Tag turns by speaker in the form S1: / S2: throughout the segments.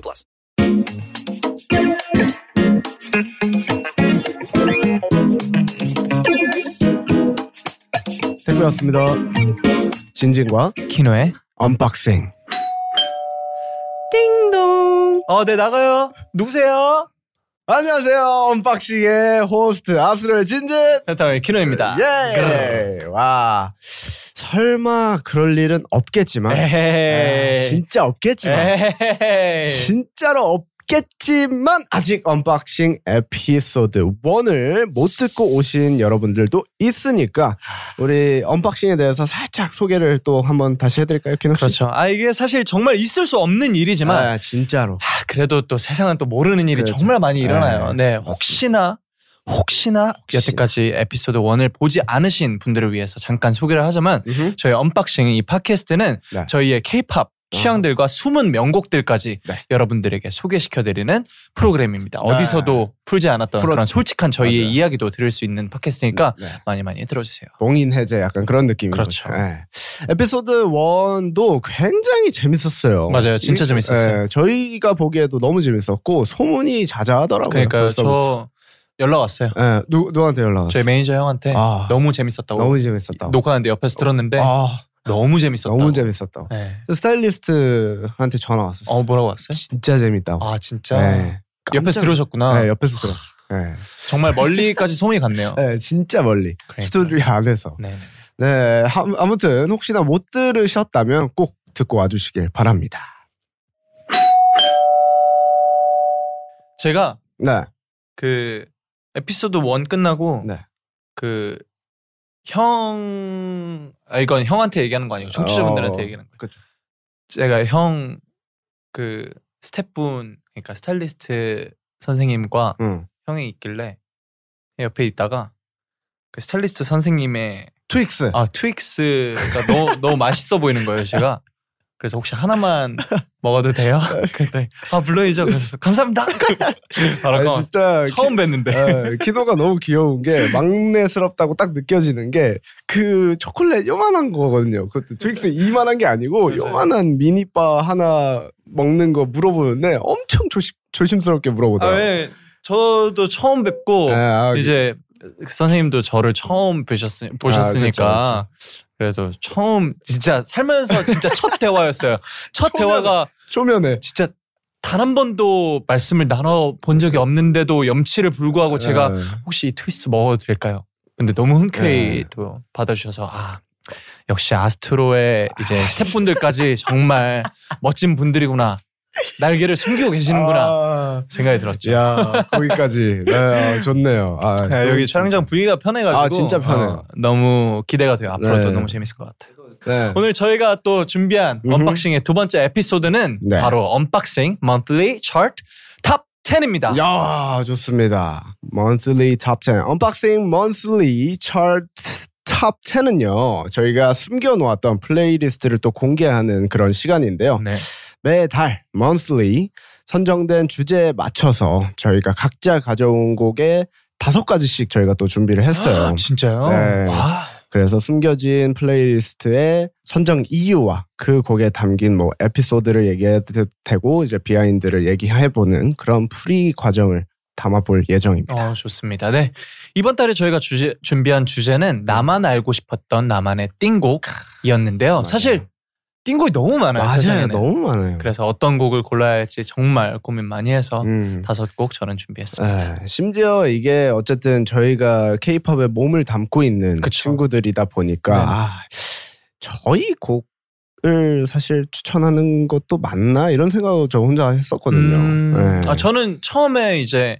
S1: plus.
S2: 택배였습니다. 진진과
S3: 키노의
S2: 언박싱.
S3: 어, 네 나가요. 누구세요?
S2: 안녕하세요. 언박싱의 호스트 아스를 진진.
S3: 센터의 키노입니다.
S2: 예.
S3: 아,
S2: 와. 설마 그럴 일은 없겠지만. 아,
S3: 네. 에헤이.
S2: 진짜
S3: 네.
S2: 없겠지만.
S3: 에헤이.
S2: 진짜로 없겠지만 아직 언박싱 에피소드 1을 못 듣고 오신 여러분들도 있으니까 우리 언박싱에 대해서 살짝 소개를 또 한번 다시 해드릴까요, 키노 씨?
S3: 그렇죠. 아 이게 사실 정말 있을 수 없는 일이지만
S2: 아, 진짜로.
S3: 아, 그래도 또 세상은 또 모르는 일이
S2: 그렇죠.
S3: 정말 많이 일어나요.
S2: 아,
S3: 네, 혹시나 혹시나 여태까지 에피소드 1을 보지 않으신 분들을 위해서 잠깐 소개를 하자면
S2: 음흠.
S3: 저희 언박싱 이 팟캐스트는
S2: 네.
S3: 저희의 케이팝 취향들과 숨은 명곡들까지
S2: 네.
S3: 여러분들에게 소개시켜드리는 프로그램입니다. 어디서도 풀지 않았던
S2: 프로-
S3: 그런 솔직한 저희의
S2: 맞아요.
S3: 이야기도 들을 수 있는 팟캐스트니까
S2: 네.
S3: 많이 많이 들어주세요.
S2: 봉인 해제 약간 그런 느낌인
S3: 그렇죠.
S2: 거죠. 예. 에피소드 1도 굉장히 재밌었어요.
S3: 맞아요. 진짜
S2: 이게-
S3: 재밌었어요.
S2: 예, 저희가 보기에도 너무 재밌었고 소문이 자자하더라고요.
S3: 그러니까요.
S2: 아, 네, 벌써부터.
S3: 저 연락 왔어요.
S2: 예, 누, 누구한테 연락 왔어요?
S3: 저희 매니저 형한테
S2: 아.
S3: 너무 재밌었다고
S2: 너무 재밌었다고.
S3: 녹화하는데 옆에서 들었는데
S2: 아,
S3: 너무 재밌었다고.
S2: 너무 재밌었다고.
S3: 네.
S2: 저 스타일리스트한테 전화 왔었어요.
S3: 어 뭐라고 아. 왔어요?
S2: 진짜 재밌다고.
S3: 아 진짜
S2: 예. 깜짝-
S3: 옆에서 들으셨구나.
S2: 예, 옆에서 들었어. 예.
S3: 정말 멀리까지 소문이 갔네요.
S2: 예, 진짜 멀리
S3: 그러니까요.
S2: 스튜디오 안에서.
S3: 네.
S2: 네, 하- 아무튼 혹시나 못 들으셨다면 꼭 듣고 와주시길 바랍니다.
S3: 제가
S2: 네,
S3: 그 에피소드 1 끝나고
S2: 네.
S3: 그 형, 아 이건 형한테 얘기하는 거 아니고 청취자분들한테
S2: 어,
S3: 얘기하는 거예요.
S2: 그쵸.
S3: 제가 형 그 스태프분 그러니까 스타일리스트 선생님과
S2: 응.
S3: 형이 있길래 옆에 있다가 그 스타일리스트 선생님의
S2: 트윅스.
S3: 아 트윅스가 너무 너무 맛있어 보이는 거예요 제가 그래서 혹시 하나만 먹어도 돼요?
S2: 네.
S3: 그랬더니 아 물론이죠. 그래서 감사합니다. 바로
S2: 아,
S3: 그만
S2: 진짜
S3: 처음 뵀는데
S2: 예, 키노가 너무 귀여운 게 막내스럽다고 딱 느껴지는 게 그 초콜릿 요만한 거거든요. 그것도 트윅스 이만한 게 아니고
S3: 맞아요.
S2: 요만한 미니바 하나 먹는 거 물어보는데 엄청 조심 조심스럽게 물어보더라고요.
S3: 아왜 예. 저도 처음 뵙고
S2: 예, 아,
S3: 이제 선생님도 저를 처음 뵈셨으,
S2: 그렇죠,
S3: 보셨으니까 그래도 처음 진짜 살면서 진짜 첫 대화였어요. 첫
S2: 처음이야.
S3: 대화가
S2: 초면에
S3: 진짜 단 한 번도 말씀을 나눠 본
S2: 음.
S3: 적이 없는데도 염치를 불구하고 제가
S2: 예.
S3: 혹시 이 트위스트 먹어도 될까요? 근데 너무 흔쾌히
S2: 예.
S3: 또 받아주셔서 아 역시 아스트로의 이제 스태프분들까지 정말 멋진 분들이구나 날개를 숨기고 계시는구나
S2: 아,
S3: 생각이 들었죠.
S2: 야 거기까지 네, 아, 좋네요. 아,
S3: 네, 여기 촬영장 분위기가 편해가지고
S2: 아, 진짜 편해요.
S3: 어, 너무 기대가 돼요. 앞으로도
S2: 네.
S3: 너무 재밌을 것 같아요.
S2: 네.
S3: 오늘 저희가 또 준비한
S2: 음흠.
S3: 언박싱의 두 번째 에피소드는
S2: 네.
S3: 바로 언박싱 monthly chart top 10입니다.
S2: 야 좋습니다. Monthly Top 10 언박싱 Monthly Chart Top 10은요 저희가 숨겨놓았던 플레이리스트를 또 공개하는 그런 시간인데요.
S3: 네.
S2: 매달 Monthly 선정된 주제에 맞춰서 저희가 각자 가져온 곡에 다섯 가지씩 저희가 또 준비를
S3: 아,
S2: 했어요.
S3: 진짜요?
S2: 네.
S3: 와.
S2: 그래서 숨겨진 플레이리스트의 선정 이유와 그 곡에 담긴 뭐 에피소드를 얘기해도 되고 이제 비하인드를 얘기해보는 그런 프리 과정을 담아볼 예정입니다.
S3: 어, 좋습니다. 네. 이번 달에 저희가 주제, 준비한 주제는
S2: 네.
S3: 나만 알고 싶었던 나만의 띵곡이었는데요.
S2: 맞아요.
S3: 사실 띵곡이 너무 어, 많아요. 세상에는.
S2: 너무 많아요.
S3: 그래서 어떤 곡을 골라야 할지 정말 고민 많이 해서
S2: 음. 네,
S3: 다섯 곡 저는 준비했습니다.
S2: 에, 심지어 이게 어쨌든 저희가 케이팝에 몸을 담고 있는
S3: 그쵸.
S2: 친구들이다 보니까
S3: 네.
S2: 아, 저희 곡을 사실 추천하는 것도 맞나 이런 생각을 저 혼자 했었거든요.
S3: 음,
S2: 예.
S3: 아, 저는 처음에 이제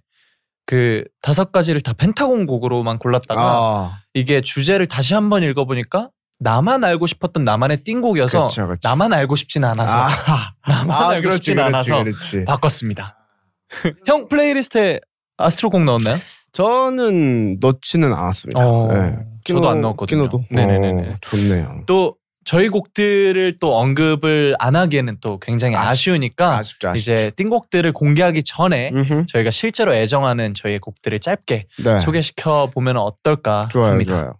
S3: 그 다섯 가지를 다 펜타곤 곡으로만 골랐다가
S2: 아,
S3: 이게 주제를 다시 한번 읽어보니까 나만 알고 싶었던 나만의 띵곡이어서
S2: 그렇죠, 그렇죠.
S3: 나만 알고 싶진 않아서
S2: 아,
S3: 나만
S2: 아,
S3: 알고
S2: 그렇지,
S3: 싶진
S2: 그렇지,
S3: 않아서
S2: 그렇지.
S3: 바꿨습니다. 형 플레이리스트에 아스트로곡 넣었나요?
S2: 저는 넣지는 않았습니다.
S3: 어,
S2: 네.
S3: 저도 안 넣었거든요.
S2: 키노도.
S3: 네네네네.
S2: 어, 좋네요.
S3: 또 저희 곡들을 또 언급을 안 하기에는 또 굉장히
S2: 아쉽-
S3: 아쉬우니까
S2: 아쉽죠, 아쉽죠.
S3: 이제 띵곡들을 공개하기 전에
S2: 음흠.
S3: 저희가 실제로 애정하는 저희의 곡들을 짧게
S2: 네.
S3: 소개시켜 보면 어떨까
S2: 좋아요,
S3: 합니다.
S2: 좋아요.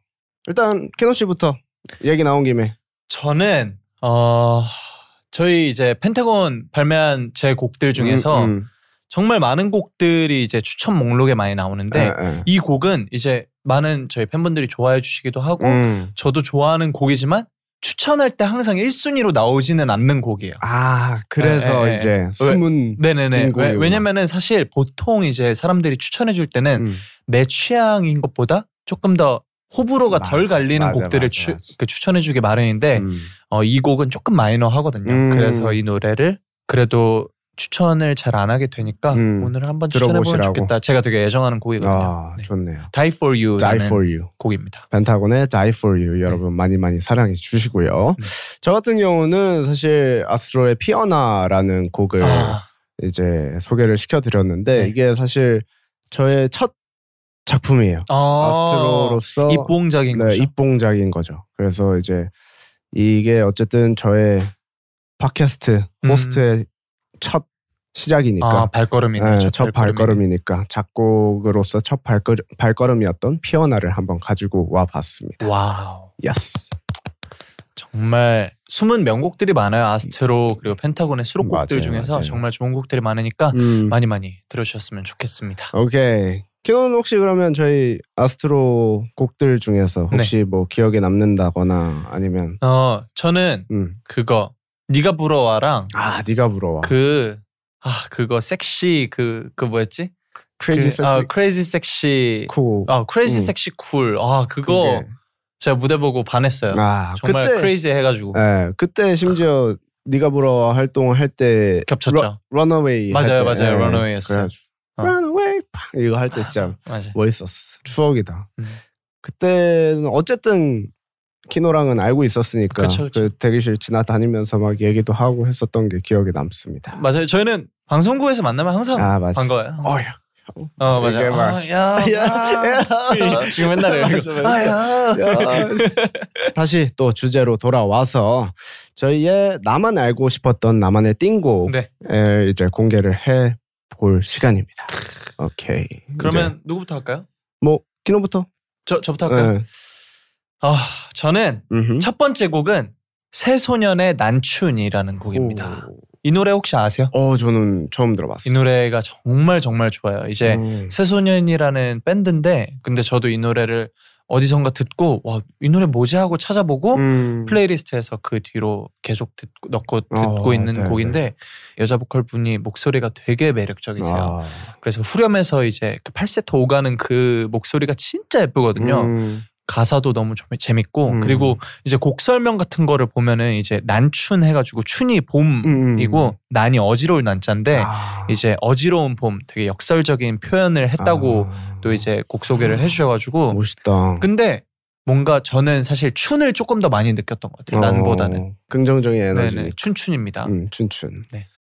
S2: 일단 키노 씨부터 얘기 나온 김에
S3: 그 저는 어 저희 이제 펜타곤 발매한 제 곡들 중에서
S2: 음, 음.
S3: 정말 많은 곡들이 이제 추천 목록에 많이 나오는데
S2: 예, 예.
S3: 이 곡은 이제 많은 저희 팬분들이 좋아해 주시기도 하고
S2: 음.
S3: 저도 좋아하는 곡이지만 추천할 때 항상 1순위로 나오지는 않는 곡이에요.
S2: 아 그래서
S3: 예, 예,
S2: 이제 숨은
S3: 네네네.
S2: 띵곡이구나.
S3: 왜, 왜냐면은 사실 보통 이제 사람들이 추천해 줄 때는
S2: 음.
S3: 내 취향인 것보다 조금 더 호불호가 덜
S2: 맞아,
S3: 갈리는
S2: 맞아,
S3: 곡들을
S2: 맞아,
S3: 추,
S2: 맞아.
S3: 천해 주기 마련인데
S2: 음.
S3: 어, 이 곡은 조금 마이너하거든요.
S2: 음.
S3: 그래서 이 노래를 그래도 추천을 잘 안 하게 되니까
S2: 음.
S3: 오늘 한번 추천해보면
S2: 들어보시라고.
S3: 좋겠다. 제가 되게 애정하는 곡이거든요.
S2: 아
S3: 네. 그
S2: 좋네요.
S3: Die for You라는
S2: Die for you.
S3: 곡입니다.
S2: 벤타곤의 Die for You 여러분 많이 많이 사랑해 주시고요.
S3: 네.
S2: 저 같은 경우는 사실 아스트로의 피어나라는 곡을
S3: 아,
S2: 이제 소개를 시켜드렸는데
S3: 네.
S2: 이게 사실 저의 첫 작품이에요.
S3: 아,
S2: 아스트로로서
S3: 입봉작인
S2: 네,
S3: 거죠.
S2: 입봉작인 거죠. 그래서 이제 이게 어쨌든 저의 팟캐스트
S3: 음.
S2: 호스트의 첫 시작이니까
S3: 아 발걸음이네.
S2: 네,
S3: 첫,
S2: 첫
S3: 발걸음이네.
S2: 발걸음이니까 작곡으로서 첫 발걸, 발걸음이었던 피어나를 한번 가지고 와봤습니다.
S3: 와우.
S2: 예스.
S3: 정말 숨은 명곡들이 많아요. 아스트로 그리고 펜타곤의 수록곡들
S2: 맞아요,
S3: 중에서
S2: 맞아요.
S3: 정말 좋은 곡들이 많으니까
S2: 음.
S3: 많이 많이 들어주셨으면 좋겠습니다.
S2: 오케이. 키노는 혹시 그러면 저희 아스트로 곡들 중에서
S3: 네.
S2: 혹시 뭐 기억에 남는다거나 아니면
S3: 어 저는
S2: 음.
S3: 그거 네가 부러워랑
S2: 아 네가 부러워.
S3: 그 아, 그거 섹시 그 그 뭐였지?
S2: 크레이지
S3: 그,
S2: 섹시
S3: 아, 크레이지 섹시
S2: 쿨.
S3: 아, 크레이지
S2: 음.
S3: 섹시 쿨. 아, 그거
S2: 그게.
S3: 제가 무대 보고 반했어요.
S2: 아
S3: 정말
S2: 그때
S3: 크레이지 해 가지고
S2: 예, 그때 심지어 네가 부러워 활동을 할 때
S3: 겹쳤죠.
S2: 런어웨이
S3: 맞아요, 맞아요. Runaway였어요. 어.
S2: 런어웨이 예. 이거 할 때 진짜
S3: 맞아.
S2: 멋있었어. 추억이다.
S3: 음.
S2: 그때는 어쨌든 키노랑은 알고 있었으니까
S3: 그쵸,
S2: 그
S3: 그쵸.
S2: 대기실 지나다니면서 막 얘기도 하고 했었던 게 기억에 남습니다.
S3: 맞아요. 저희는 방송국에서 만나면 항상
S2: 아 맞아.
S3: 반가워요.
S2: 어야.
S3: 어
S2: 이게
S3: 맞아요.
S2: 막-
S3: 아, 야,
S2: 야, 야.
S3: 지금 맨날 이러고
S2: 맞아, 맞아.
S3: 아야.
S2: 다시 또 주제로 돌아와서 저희의 나만 알고 싶었던 나만의 띵곡을
S3: 네.
S2: 이제 공개를 해 볼 시간입니다. 오케이.
S3: 그러면
S2: 이제
S3: 누구부터 할까요?
S2: 뭐 키노부터.
S3: 저 저부터 할까요?
S2: 네.
S3: 아 저는
S2: 예. 음흠.
S3: 첫 번째 곡은 새소년의 난춘이라는 곡입니다.
S2: 오.
S3: 이 노래 혹시 아세요?
S2: 어 저는 처음 들어봤어요.
S3: 이 노래가 정말 정말 좋아요. 이제
S2: 음.
S3: 새소년이라는 밴드인데 근데 저도 이 노래를 어디선가 듣고 와 이 노래 뭐지 하고 찾아보고
S2: 음.
S3: 플레이리스트에서 그 뒤로 계속 듣고 넣고 듣고
S2: 어,
S3: 있는
S2: 네,
S3: 곡인데 여자 보컬 분이 목소리가 되게 매력적이세요.
S2: 아.
S3: 그래서 후렴에서 이제 그 팔세토 오가는 그 목소리가 진짜 예쁘거든요.
S2: 음.
S3: 가사도 너무 좀 재밌고
S2: 음.
S3: 그리고 이제 곡 설명 같은 거를 보면은 이제 난춘 해가지고 춘이 봄이고
S2: 음.
S3: 난이 어지러울 난자인데
S2: 아.
S3: 네, 이제 어지러운 봄 되게 역설적인 표현을 했다고
S2: 아. 음.
S3: 또 이제 곡 소개를 해주셔가지고
S2: 멋있다.
S3: 근데 뭔가 저는 사실 춘을 조금 더 많이 느꼈던 것 같아요.
S2: 어,
S3: 난보다는
S2: 긍정적인 에너지.
S3: 네네 춘춘입니다.
S2: 음, 춘춘.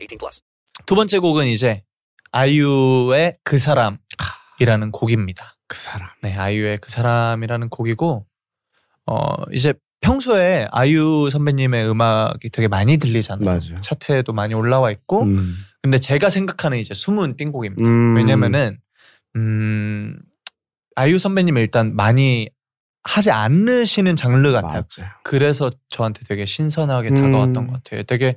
S1: 18 plus.
S3: 두 번째 곡은 이제 아이유의 그 사람이라는 곡입니다.
S2: 그 사람.
S3: 네, 아이유의 그 사람이라는 곡이고 어 이제 평소에 아유 선배님의 음악이 되게 많이 들리잖아요.
S2: 맞아요.
S3: 차트에도 많이 올라와 있고.
S2: 음.
S3: 근데 제가 생각하는 이제 숨은 띵곡입니다.
S2: 음.
S3: 왜냐면은 음 아이유 선배님은 일단 많이 하지 않으시는 장르 같아요.
S2: 맞아요.
S3: 그래서 저한테 되게 신선하게
S2: 음.
S3: 다가왔던 것 같아요. 되게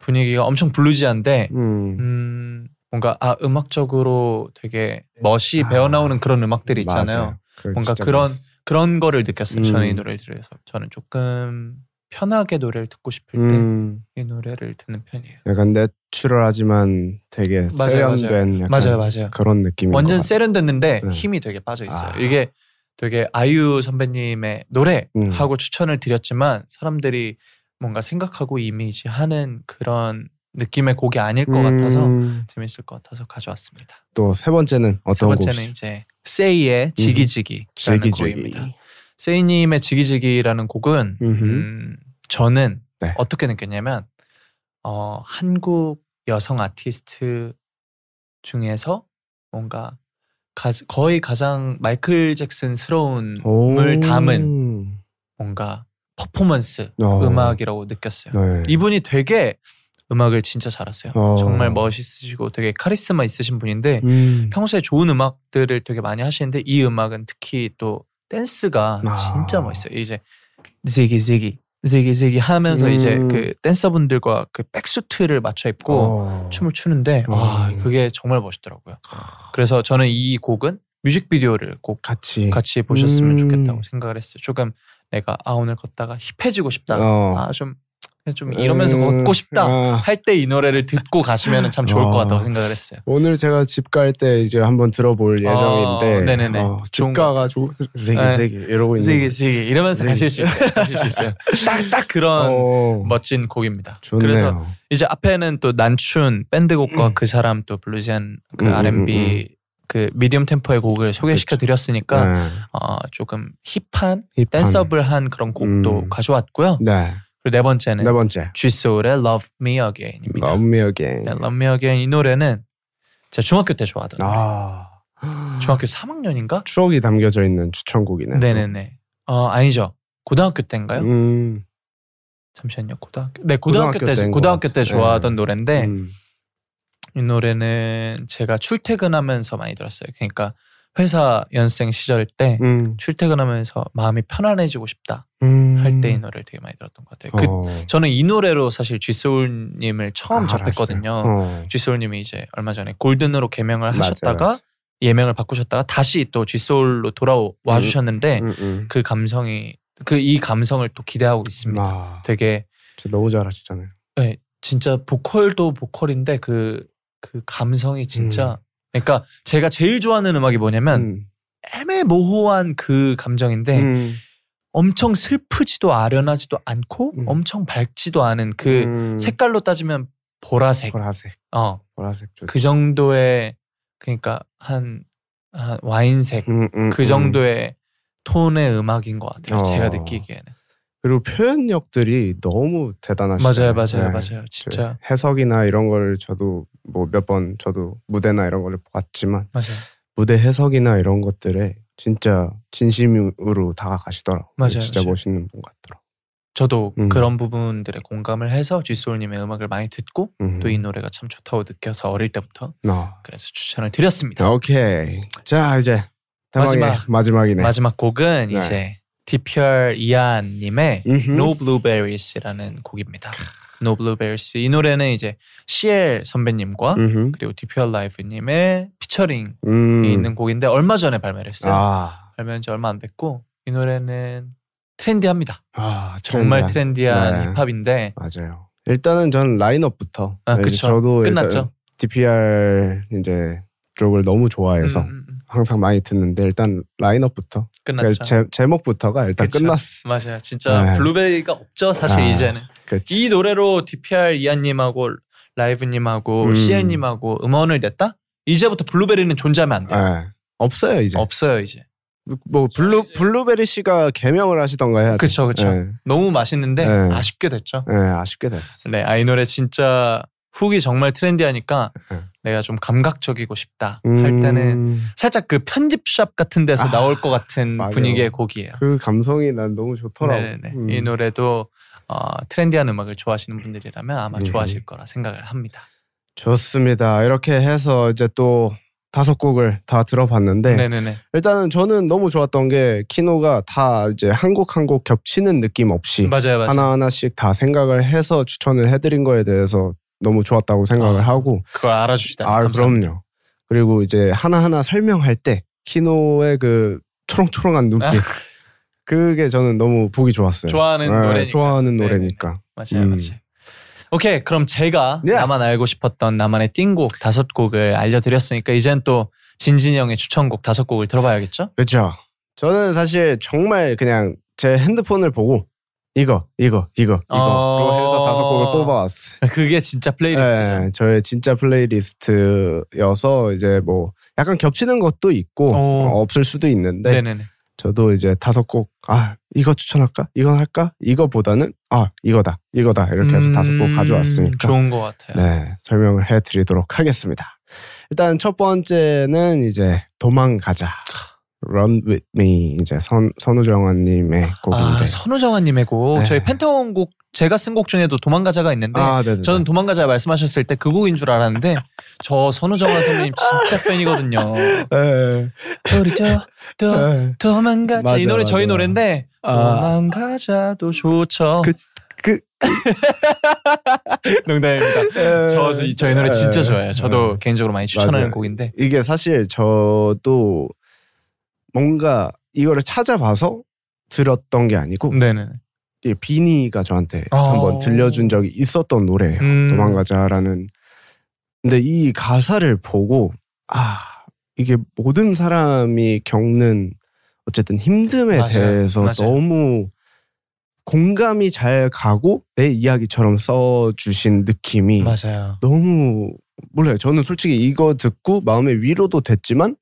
S3: 분위기가 엄청 블루지한데
S2: 음.
S3: 음 뭔가 아 음악적으로 되게 멋이
S2: 아.
S3: 배어나오는 그런 음악들이 있잖아요.
S2: 맞아요. 그거
S3: 뭔가
S2: 진짜
S3: 그런
S2: 멋있-
S3: 그런 거를 느꼈어요. 저는 이
S2: 음.
S3: 노래를 들으면서 저는 조금 편하게 노래를 듣고 싶을 때 이
S2: 음.
S3: 노래를 듣는 편이에요.
S2: 약간 내추럴하지만 되게
S3: 맞아요,
S2: 세련된 약간
S3: 맞아요, 맞아요.
S2: 그런 느낌인
S3: 완전
S2: 것
S3: 세련됐는데
S2: 네.
S3: 힘이 되게 빠져 있어요.
S2: 아.
S3: 이게 되게 아이유 선배님의 노래
S2: 음.
S3: 하고 추천을 드렸지만 사람들이 뭔가 생각하고 이미지하는 그런 느낌의 곡이 아닐
S2: 음.
S3: 것 같아서 재밌을 것 같아서 가져왔습니다.
S2: 또세 번째는
S3: 세
S2: 어떤
S3: 번째는
S2: 곡이죠?
S3: 이제 세이의 지기지기라는
S2: 지기지기.
S3: 곡입니다. 세이님의 지기지기라는 곡은
S2: 음흠.
S3: 음, 저는
S2: 네.
S3: 어떻게 느꼈냐면 어, 한국 여성 아티스트 중에서 뭔가 가- 거의 가장 마이클 잭슨스러운
S2: 오.
S3: 을 음. 담은 뭔가 퍼포먼스
S2: 어.
S3: 음악이라고 느꼈어요.
S2: 네.
S3: 이분이 되게 음악을 진짜 잘하세요.
S2: 어.
S3: 정말 멋있으시고 되게 카리스마 있으신 분인데
S2: 음.
S3: 평소에 좋은 음악들을 되게 많이 하시는데 이 음악은 특히 또 댄스가
S2: 아.
S3: 진짜 멋있어요. 이제 지기 지기 지기 지기 하면서
S2: 음.
S3: 이제 그 댄서분들과 그 백수트를 맞춰 입고
S2: 어.
S3: 춤을 추는데 와
S2: 음.
S3: 그게 정말 멋있더라고요. 그래서 저는 이 곡은 뮤직비디오를 꼭
S2: 같이
S3: 같이
S2: 음.
S3: 보셨으면 좋겠다고 생각을 했어요. 조금 내가 아 오늘 걷다가 힙해지고 싶다.
S2: 어.
S3: 아좀 좀 이러면서 걷고 싶다
S2: 아.
S3: 할 때 이 노래를 듣고 가시면 참 좋을 것
S2: 어.
S3: 같다고 생각을 했어요.
S2: 오늘 제가 집 갈 때 이제 한번 들어볼 예정인데
S3: 어, 네네네.
S2: 어,
S3: 좋은
S2: 집 가가지고
S3: 네.
S2: 세게 세게 이러고 있는
S3: 세게 세게 이러면서
S2: 세게.
S3: 가실 수 있어요. 가실 수 있어요. 네. 딱 딱 그런
S2: 어,
S3: 멋진 곡입니다.
S2: 좋네요.
S3: 뭐 그래서 이제 앞에는 또 난춘 밴드곡과 그 사람 또 블루지한 그
S2: 음, 음,
S3: R&B 그 미디엄 템포의 곡을 소개시켜 드렸으니까
S2: 네.
S3: 어, 조금 힙한, 댄서블한 그런 곡도
S2: 음.
S3: 가져왔고요.
S2: 네.
S3: 그리고 네
S2: 네.
S3: 번째는
S2: 네 번째
S3: G소울의 Love Me Again입니다.
S2: Love Me Again.
S3: 네, Love Me Again 이 노래는 제가 중학교 때 좋아하던
S2: 아
S3: 중학교 3학년인가?
S2: 추억이 담겨져 있는 추천곡이네요.
S3: 네네네. 어 아니죠. 고등학교 때인가요?
S2: 음,
S3: 잠시만요. 고등학교 네 고등학교,
S2: 고등학교
S3: 때
S2: 때인 것
S3: 고등학교 때
S2: 같아요.
S3: 좋아하던 노래인데
S2: 음.
S3: 이 노래는 제가 출퇴근하면서 많이 들었어요. 그러니까 회사 연생 시절 때
S2: 음.
S3: 출퇴근하면서 마음이 편안해지고 싶다 할 때 이 노래를 되게 많이 들었던 것 같아요. 그,
S2: 음. 어.
S3: 저는 이 노래로 사실 쥐소울님을 처음
S2: 아,
S3: 접했거든요.
S2: 알았어요. 어.
S3: 쥐소울님이 이제 얼마 전에 골든으로 개명을
S2: 맞아요,
S3: 하셨다가
S2: 맞아요.
S3: 예명을 바꾸셨다가 다시 또 쥐소울로 돌아와
S2: 음.
S3: 주셨는데
S2: 음, 음.
S3: 그 감성이 그 이 감성을 또 기대하고 있습니다.
S2: 아,
S3: 되게
S2: 진짜 너무 잘하시잖아요.
S3: 진짜 보컬도 보컬인데 그 그 감성이 진짜 그러니까 제가 제일 좋아하는 음악이 뭐냐면
S2: 음.
S3: 애매모호한 그 감정인데
S2: 음.
S3: 엄청 슬프지도 아련하지도 않고
S2: 음.
S3: 엄청 밝지도 않은 그
S2: 음.
S3: 색깔로 따지면 보라색
S2: 보라색
S3: 어그
S2: 보라색 좋.
S3: 정도의 그러니까 한, 한 와인색
S2: 음, 음,
S3: 그
S2: 음.
S3: 정도의 톤의 음악인 것 같아요
S2: 어.
S3: 제가 느끼기에는
S2: 그리고 표현력들이 너무 대단하시죠.
S3: 맞아요
S2: 네.
S3: 맞아요 맞아요 진짜
S2: 해석이나 이런 걸 저도 뭐 몇 번 저도 무대나 이런 걸 봤지만
S3: 맞아요
S2: 무대 해석이나 이런 것들에 진짜 진심으로 다가가시더라고.
S3: 맞아요,
S2: 진짜
S3: 맞아요.
S2: 멋있는 분 같더라.
S3: 저도
S2: 음.
S3: 그런 부분들에 공감을 해서 쥐소울님의 음악을 많이 듣고
S2: 음.
S3: 또 이 노래가 참 좋다고 느껴서 어릴 때부터
S2: 어.
S3: 그래서 추천을 드렸습니다.
S2: 오케이. 자 이제
S3: 마지막.
S2: 마지막 마지막이네.
S3: 마지막 곡은
S2: 네.
S3: 이제 DPR 이안님의
S2: 음흠.
S3: No Blueberries라는 곡입니다. No Blueberries 이 노래는 이제 CL 선배님과
S2: 음흠.
S3: 그리고 DPR 라이프님의 피처링이
S2: 음.
S3: 있는 곡인데 얼마 전에 발매를 했어요.
S2: 아.
S3: 발매한 지 얼마 안 됐고 이 노래는 트렌디합니다.
S2: 아
S3: 정말
S2: 트렌디한.
S3: 트렌디한
S2: 네.
S3: 힙합인데
S2: 맞아요. 일단은 전 라인업부터.
S3: 아,
S2: 이제
S3: 그쵸.
S2: 저도 일단
S3: 끝났죠.
S2: DPR 이제 쪽을 너무 좋아해서
S3: 음, 음, 음.
S2: 항상 많이 듣는데 일단 라인업부터
S3: 끝났죠.
S2: 그러니까 제, 제목부터가 일단
S3: 그쵸.
S2: 끝났어.
S3: 맞아요. 진짜
S2: 네.
S3: 블루베리가 없죠. 사실
S2: 아.
S3: 이제는
S2: 그치.
S3: 이 노래로 DPR 이한님하고 라이브님하고
S2: 음.
S3: CL님하고 음원을 냈다. 이제부터 블루베리는 존재하면 안
S2: 예.
S3: 돼요.
S2: 없어요 이제.
S3: 음. 없어요 이제.
S2: 뭐 블루 블루베리 씨가 개명을 하시던가 해야 돼.
S3: 그쵸 그쵸.
S2: 예.
S3: 너무 맛있는데
S2: 네.
S3: 아쉽게 됐죠.
S2: 예, 아쉽게 됐어.
S3: 네, 아 이 노래 진짜 훅이 정말 트렌디하니까
S2: 네.
S3: 내가 좀 감각적이고 싶다
S2: 음,
S3: 할 때는 살짝 그 편집샵 같은 데서
S2: 아,
S3: 나올 것 같은
S2: 맞아요.
S3: 분위기의 곡이에요.
S2: 그 감성이 난 너무 좋더라고.
S3: 네네네.
S2: 음.
S3: 이 노래도 어, 트렌디한 음악을 좋아하시는 분들이라면 아마
S2: 음.
S3: 좋아하실 거라 생각을 합니다.
S2: 좋습니다. 이렇게 해서 이제 또 다섯 곡을 다 들어봤는데
S3: 네. 네네
S2: 일단은 저는 너무 좋았던 게 키노가 다 이제 한 곡 한 곡 겹치는 느낌 없이
S3: 맞아요, 맞아요.
S2: 예. 하나 하나씩 다 생각을 해서 추천을 해드린 거에 대해서 너무 좋았다고 생각을
S3: 아, 네,
S2: 하고
S3: 그걸 알아주시다.
S2: 아 그럼요. 그리고 이제 하나 하나 설명할 때 키노의 그 초롱초롱한 눈빛 그게 저는 너무 보기 좋았어요.
S3: 아. 좋아하는
S2: 예. 네,
S3: 노래니까.
S2: 좋아하는
S3: 네네네.
S2: 노래니까.
S3: 맞아요,
S2: 음.
S3: 맞아요. 오케이, 그럼 제가
S2: 예.
S3: 나만 알고 싶었던 나만의 띵곡 다섯 곡을 알려드렸으니까 이젠 또 진진이 형의 추천곡 다섯 곡을 들어봐야겠죠?
S2: 그렇죠. 저는 사실 정말 그냥 제 핸드폰을 보고 이거 이거 이거 이거로
S3: 어.
S2: 해서 다섯 곡을 뽑아왔어요.
S3: 그게 진짜 플레이리스트죠.
S2: 네, 저의 진짜 플레이리스트여서 이제 뭐 약간 겹치는 것도 있고
S3: 오.
S2: 어, 없을 수도 있는데
S3: 네네네.
S2: 저도 이제 다섯 곡 아 이거 추천할까 이건 할까 이거보다는 아 이거다 이거다 이렇게 해서 다섯 곡
S3: 음,
S2: 가져왔으니까
S3: 좋은 것 같아요.
S2: 네 설명을 해드리도록 하겠습니다. 일단 첫 번째는 이제 도망가자 Run with me 이제 선 선우정아님의 곡인데
S3: 아, 선우정아님의 곡.
S2: 네. 아,
S3: 저희 펜타곤 곡 제가 쓴 곡 중에도 도망가자가 있는데
S2: 네네
S3: 저는 도망가자 말씀하셨을 때 그 곡인 줄 알았는데 저 선우정아 선배님 진짜 팬이거든요.
S2: 네,
S3: 우리 도, 도,
S2: 네.
S3: 도망가자 이
S2: 맞아,
S3: 노래 저희
S2: 맞아.
S3: 노래인데
S2: 아.
S3: 도망가자도 좋죠.
S2: 그- 그-
S3: 농담입니다. 저 저- 저희 노래 진짜 좋아해요. 저도 개인적으로 많이 추천하는
S2: 네. 맞아요.
S3: 곡인데
S2: 이게 사실 저도 뭔가 이거를 찾아봐서 들었던 게 아니고
S3: 네네.
S2: 이 비니가 저한테
S3: 어.
S2: 한번 들려준 적이 있었던 노래예요.
S3: 음.
S2: 도망가자라는. 근데 이 가사를 보고 아 이게 모든 사람이 겪는 어쨌든 힘듦에
S3: 맞아요.
S2: 대해서
S3: 맞아요.
S2: 너무 공감이 잘 가고 내 이야기처럼 써주신 느낌이
S3: 맞아요.
S2: 너무 몰라요. 저는 솔직히 이거 듣고 마음의 위로도 됐지만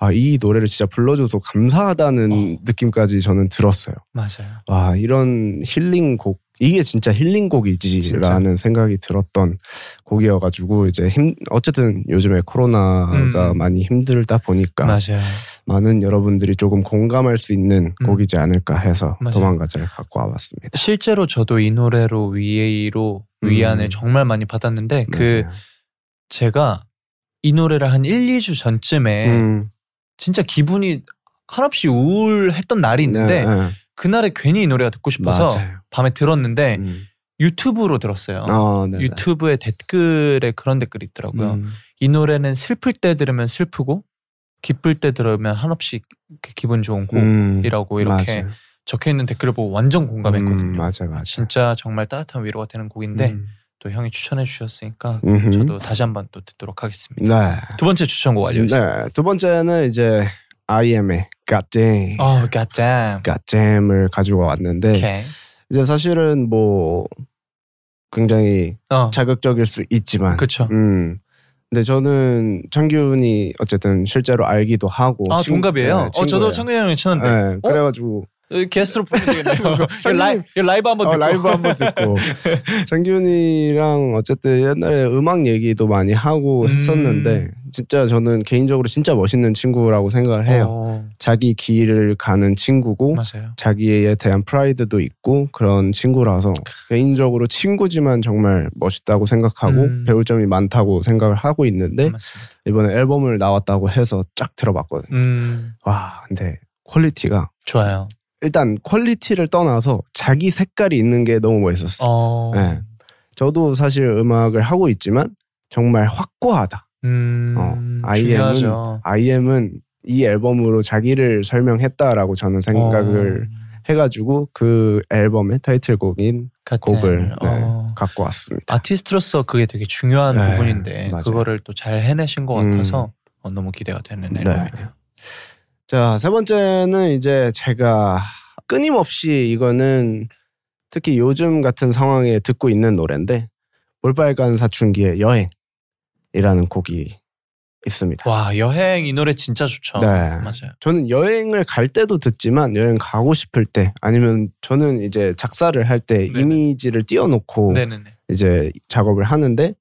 S2: 아 이 노래를 진짜 불러줘서
S3: 어.
S2: 감사하다는 느낌까지 저는 들었어요.
S3: 맞아요.
S2: 와 이런 힐링 곡 이게 진짜 힐링 곡이지라는 생각이 들었던 곡이어가지고 이제 힘 어쨌든 요즘에 코로나가
S3: 음.
S2: 많이 힘들다 보니까
S3: 맞아요.
S2: 많은 여러분들이 조금 공감할 수 있는
S3: 음.
S2: 곡이지 않을까 해서
S3: 맞아요.
S2: 도망가자를 갖고 와봤습니다.
S3: 실제로 저도 이 노래로 위에이로
S2: 음.
S3: 위안을 정말 많이 받았는데 그
S2: 맞아요.
S3: 제가 이 노래를 한 1, 2주 전쯤에
S2: 음.
S3: 진짜 기분이 한없이 우울했던 날이 있는데
S2: 네, 네.
S3: 그날에 괜히 이 노래가 듣고 싶어서
S2: 맞아요.
S3: 밤에 들었는데
S2: 음.
S3: 유튜브로 들었어요.
S2: 어, 네, 네.
S3: 유튜브에 댓글에 그런 댓글이 있더라고요.
S2: 음.
S3: 이 노래는 슬플 때 들으면 슬프고 기쁠 때 들으면 한없이 이렇게 기분 좋은
S2: 음.
S3: 곡이라고 이렇게
S2: 맞아요.
S3: 적혀 있는 댓글을 보고 완전 공감했거든요.
S2: 음, 맞아 맞아.
S3: 진짜 정말 따뜻한 위로가 되는 곡인데
S2: 음.
S3: 또 형이 추천해 주셨으니까
S2: 음흠.
S3: 저도 다시 한번 또 듣도록 하겠습니다.
S2: 네.
S3: 두 번째 추천곡 알려주세요.
S2: 네. 두 번째는 이제 IM의 God Damn.
S3: 어, God damn.
S2: God Damn을 가지고 왔는데
S3: 오케이.
S2: 이제 사실은 뭐 굉장히
S3: 어,
S2: 자극적일 수 있지만
S3: 그쵸.
S2: 음. 근데 저는 창균이 어쨌든 실제로 알기도 하고
S3: 아
S2: 친- 네,
S3: 동갑이에요. 어
S2: 친구예요.
S3: 저도 창균이 형이 친한데 어?
S2: 네, 그래가지고
S3: 여기 게스트로 보면 되겠네요. 이거 라이,
S2: 창균이-
S3: 이거 라이브 한번
S2: 어,
S3: 듣고.
S2: 라이브 한번 듣고 장균이랑 어쨌든 옛날에 음악 얘기도 많이 하고
S3: 음.
S2: 했었는데 진짜 저는 개인적으로 진짜 멋있는 친구라고 생각을 해요.
S3: 어,
S2: 자기 길을 가는 친구고
S3: 맞아요.
S2: 자기에 대한 프라이드도 있고 그런 친구라서 개인적으로 친구지만 정말 멋있다고 생각하고
S3: 음.
S2: 배울 점이 많다고 생각을 하고 있는데
S3: 맞습니다.
S2: 이번에 앨범을 나왔다고 해서 쫙 들어봤거든요.
S3: 음
S2: 와 근데 퀄리티가
S3: 좋아요.
S2: 일단 퀄리티를 떠나서 자기 색깔이 있는 게 너무 멋있었어요.
S3: 어.
S2: 네. 저도 사실 음악을 하고 있지만 정말 확고하다.
S3: 음.
S2: 어, IM은
S3: 중요하죠.
S2: IM은 이 앨범으로 자기를 설명했다라고 저는 생각을
S3: 어,
S2: 해가지고 그 앨범의 타이틀곡인
S3: God
S2: 곡을
S3: damn.
S2: 네,
S3: 어.
S2: 갖고 왔습니다.
S3: 아티스트로서 그게 되게 중요한
S2: 네,
S3: 부분인데
S2: 맞아요.
S3: 그거를 또 잘 해내신 것
S2: 음.
S3: 같아서 어, 너무 기대가 되는
S2: 네.
S3: 앨범이네요.
S2: 자, 세 번째는 이제 제가 끊임없이 이거는 특히 요즘 같은 상황에 듣고 있는 노래인데 볼빨간 사춘기의 여행이라는 곡이 있습니다.
S3: 와 여행 이 노래 진짜 좋죠.
S2: 네.
S3: 맞아요.
S2: 저는 여행을 갈 때도 듣지만 여행 가고 싶을 때 아니면 저는 이제 작사를 할 때
S3: 네네. 네.
S2: 이미지를 띄워놓고
S3: 네네네.
S2: 이제 작업을 하는데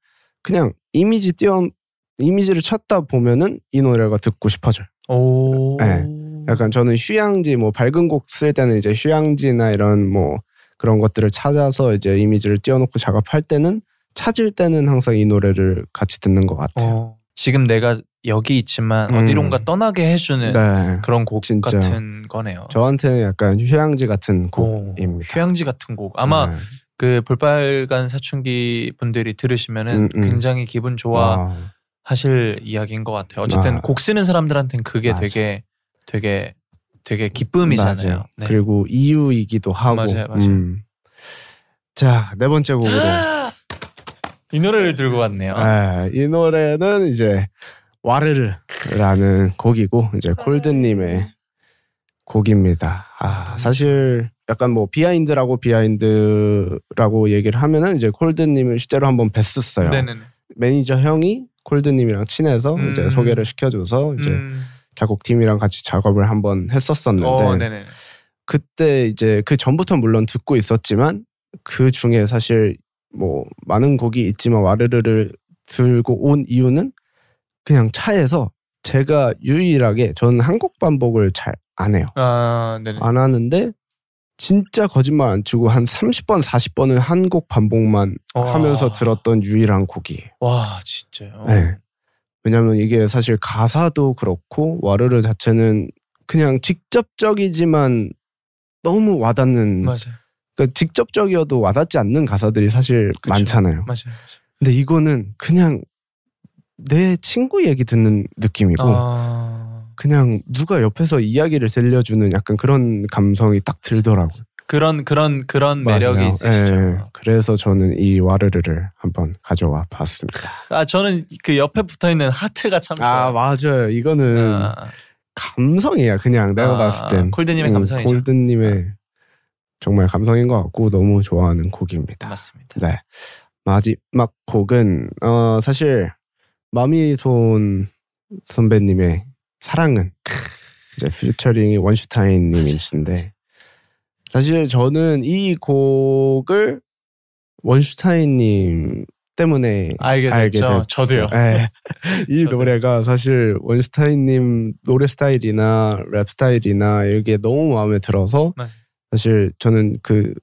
S2: 그냥 이미지 띄워 이미지를 찾다 보면은 이 노래가 듣고 싶어져요.
S3: 오.
S2: 네. 약간 저는 휴양지 뭐 밝은 곡 쓸 때는 이제 휴양지나 이런 뭐 그런 것들을 찾아서 이제 이미지를 띄워놓고 작업할 때는 찾을 때는 항상 이 노래를 같이 듣는 것 같아요.
S3: 어, 지금 내가 여기 있지만
S2: 음.
S3: 어디론가 떠나게 해주는
S2: 네.
S3: 그런 곡
S2: 진짜.
S3: 같은 거네요.
S2: 저한테는 약간 휴양지 같은
S3: 오,
S2: 곡입니다.
S3: 휴양지 같은 곡. 아마
S2: 네.
S3: 그 볼빨간 사춘기 분들이 들으시면은
S2: 음, 음.
S3: 굉장히 기분 좋아
S2: 와.
S3: 하실 이야기인 것 같아요. 어쨌든
S2: 아.
S3: 곡 쓰는 사람들한테는 그게
S2: 맞아.
S3: 되게 되게 되게 기쁨이잖아요.
S2: 맞아요.
S3: 네.
S2: 그리고 이유이기도 하고.
S3: 맞아요, 맞아요.
S2: 음. 자, 네 번째 곡으로.
S3: 이 노래를 들고 왔네요.
S2: 예, 이 노래는 이제 와르르라는 곡이고
S3: 아.
S2: 이제 콜드님의 곡입니다. 아 사실 약간 뭐 비하인드라고 비하인드라고 얘기를 하면은 이제 콜드님을 실제로 한번 뵀었어요.
S3: 네네네.
S2: 매니저 형이 콜드님이랑 친해서
S3: 음.
S2: 이제 소개를 시켜줘서 이제
S3: 음.
S2: 작곡팀이랑 같이 작업을 한번 했었었는데
S3: 어, 네네.
S2: 그때 이제 그 전부터 물론 듣고 있었지만 그 중에 사실 뭐 많은 곡이 있지만 와르르를 들고 온 이유는 그냥 차에서 제가 유일하게 저는 한국 반복을 잘 안 해요.
S3: 아, 네네.
S2: 안 하는데 진짜 거짓말 안 치고 한 30번 40번은 한국 반복만
S3: 와.
S2: 하면서 들었던 유일한 곡이에요.
S3: 와, 진짜요.
S2: 네. 왜냐면 이게 사실 가사도 그렇고 와르르 자체는 그냥 직접적이지만 너무 와닿는
S3: 맞아요.
S2: 그러니까 직접적이어도 와닿지 않는 가사들이 사실
S3: 그쵸.
S2: 많잖아요.
S3: 맞아요.
S2: 근데 이거는 그냥 내 친구 얘기 듣는 느낌이고
S3: 아.
S2: 그냥 누가 옆에서 이야기를 들려주는 약간 그런 감성이 딱 들더라고요.
S3: 그런 그런 그런 매력이
S2: 맞아요.
S3: 있으시죠.
S2: 예. 그래서 저는 이 와르르를 한번 가져와 봤습니다.
S3: 아 저는 그 옆에 붙어 있는 하트가 참 좋아요.
S2: 아 맞아요. 이거는
S3: 아,
S2: 감성이야 그냥 내가
S3: 아,
S2: 봤을 땐
S3: 콜드님의
S2: 음,
S3: 감성이죠.
S2: 골든님의 정말 감성인 것 같고 너무 좋아하는 곡입니다.
S3: 맞습니다.
S2: 네. 마지막 곡은 어 사실 마미손 선배님의 사랑은 이제 퓨처링이 원슈타인 님이신데 사실 저는 이 곡을 원슈타인 님 때문에
S3: 알게 됐죠.
S2: 알게 됐어요.
S3: 저도요.
S2: 네. 이
S3: 저도요.
S2: 노래가 사실 원슈타인 님 노래 스타일이나 랩 스타일이나 이게 너무 마음에 들어서
S3: 맞아요.
S2: 사실 저는 그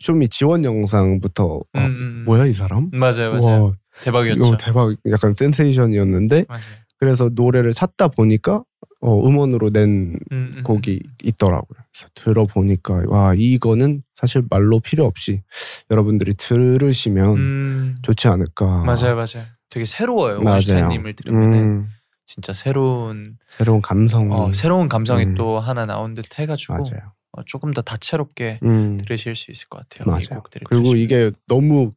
S2: 쇼미 지원 영상부터
S3: 음,
S2: 아,
S3: 음. 네,
S2: 뭐야 이 사람?
S3: 맞아요, 맞아요.
S2: 와,
S3: 대박이었죠.
S2: 이거 대박 약간 센세이션이었는데
S3: 맞아요.
S2: 그래서 노래를 찾다 보니까 어, 음원으로 낸
S3: 음, 음.
S2: 곡이 있더라고요. 그래서 들어보니까 와 이거는 사실 말로 필요 없이 여러분들이 들으시면
S3: 음,
S2: 좋지 않을까.
S3: 맞아요, 네. 맞아요. 되게 새로워요.
S2: 맞아요.
S3: 원슈타인님을 들으면 은
S2: 음,
S3: 진짜 새로운
S2: 새로운 감성.
S3: 어, 새로운 감성이
S2: 음.
S3: 또 하나 나온 듯 해가지고
S2: 맞아요.
S3: 어, 조금 더 다채롭게
S2: 음,
S3: 들으실 수 있을 것 같아요. 이
S2: 맞아요.
S3: 곡들을
S2: 그리고
S3: 들으시면.
S2: 이게 너무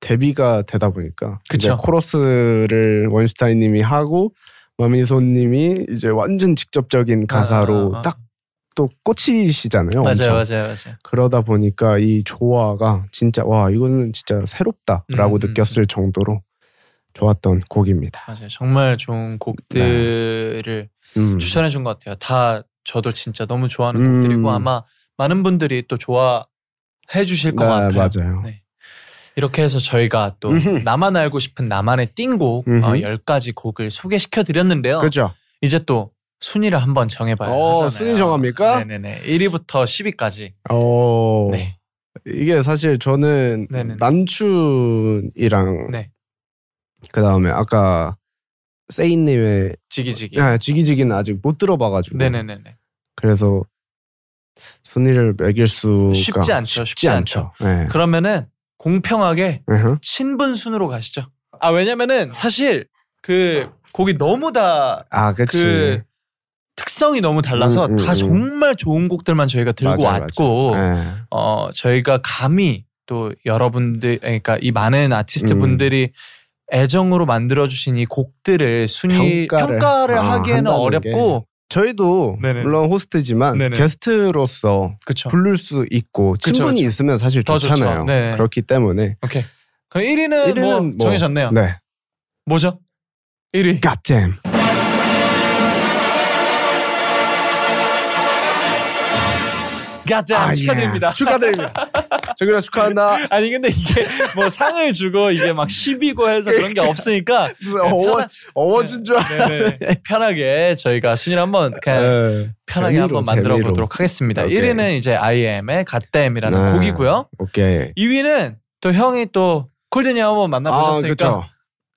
S2: 데뷔가 되다 보니까 이제
S3: 그쵸.
S2: 코러스를 원슈타인님이 하고 마미손님이 이제 완전 직접적인 가사로
S3: 아, 아, 아.
S2: 딱 또 꽂히시잖아요. 엄청.
S3: 맞아요, 맞아요, 맞아요.
S2: 그러다 보니까 이 조화가 진짜 와 이거는 진짜 새롭다라고
S3: 음, 음,
S2: 느꼈을 정도로 좋았던 곡입니다.
S3: 맞아요. 정말 좋은 곡들을
S2: 네. 음.
S3: 추천해 준 것 같아요. 다 저도 진짜 너무 좋아하는
S2: 음.
S3: 곡들이고 아마 많은 분들이 또 좋아해 주실 것
S2: 네,
S3: 같아요.
S2: 맞아요.
S3: 네. 이렇게 해서 저희가 또
S2: 음흠.
S3: 나만 알고 싶은 나만의 띵곡
S2: 음흠.
S3: 어, 10가지 곡을 소개시켜 드렸는데요.
S2: 그죠?
S3: 이제 또 순위를 한번 정해봐야
S2: 어,
S3: 하잖아요.
S2: 순위 정합니까?
S3: 네네네. 1위부터 10위까지.
S2: 어
S3: 네.
S2: 이게 사실 저는
S3: 네네네.
S2: 난춘이랑
S3: 네.
S2: 그 다음에 아까 세인님의
S3: 지기지기.
S2: 야, 그러니까 지기지기는 아직 못 들어봐가지고
S3: 예. 네네네네.
S2: 그래서 순위를 매길 수가
S3: 쉽지 않죠, 쉽지 않죠.
S2: 네.
S3: 그러면은 그 공평하게
S2: 으흠.
S3: 친분 순으로 가시죠. 아 왜냐면은 사실 그 곡이 너무 다
S2: 아 그치
S3: 그 특성이 너무 달라서
S2: 음, 음,
S3: 다
S2: 음.
S3: 정말 좋은 곡들만 저희가 들고
S2: 맞아요,
S3: 왔고
S2: 맞아요. 네.
S3: 어 저희가 감히 또 여러분들 그러니까 이 많은 아티스트
S2: 음.
S3: 분들이 애정으로 만들어 주신 이 곡들을 순위
S2: 평가를,
S3: 평가를,
S2: 아,
S3: 하기에는
S2: 한다는
S3: 어렵고
S2: 저희도
S3: 네네.
S2: 물론 호스트지만
S3: 네네.
S2: 게스트로서
S3: 그쵸
S2: 부를 수 있고
S3: 그쵸,
S2: 친분이
S3: 그쵸.
S2: 있으면 사실
S3: 더 좋죠.
S2: 좋잖아요
S3: 네.
S2: 그렇기 때문에
S3: 오케이 그럼 1위는,
S2: 1위는
S3: 뭐,
S2: 뭐,
S3: 정해졌네요
S2: 네
S3: 뭐죠 1위
S2: 갓잼
S3: 갓damn 축하드립니다.
S2: 아, 예. 축하드립니다. 정윤아 축하한다.
S3: 아니 근데 이게 뭐 상을 주고 이게 막 시비고 해서 그런 게 없으니까
S2: 무슨 네, 어워 어워진 줄 알아.
S3: 네네. 편하게 저희가 순위를 한번 그냥
S2: 네.
S3: 편하게
S2: 재미로,
S3: 한번 만들어
S2: 재미로.
S3: 보도록 하겠습니다.
S2: 오케이.
S3: 1위는 이제 IM의 갓댐이라는
S2: 네.
S3: 곡이고요.
S2: 오케이.
S3: 2위는 또 형이 또 콜드님 한번 만나보셨으니까
S2: 아, 그쵸.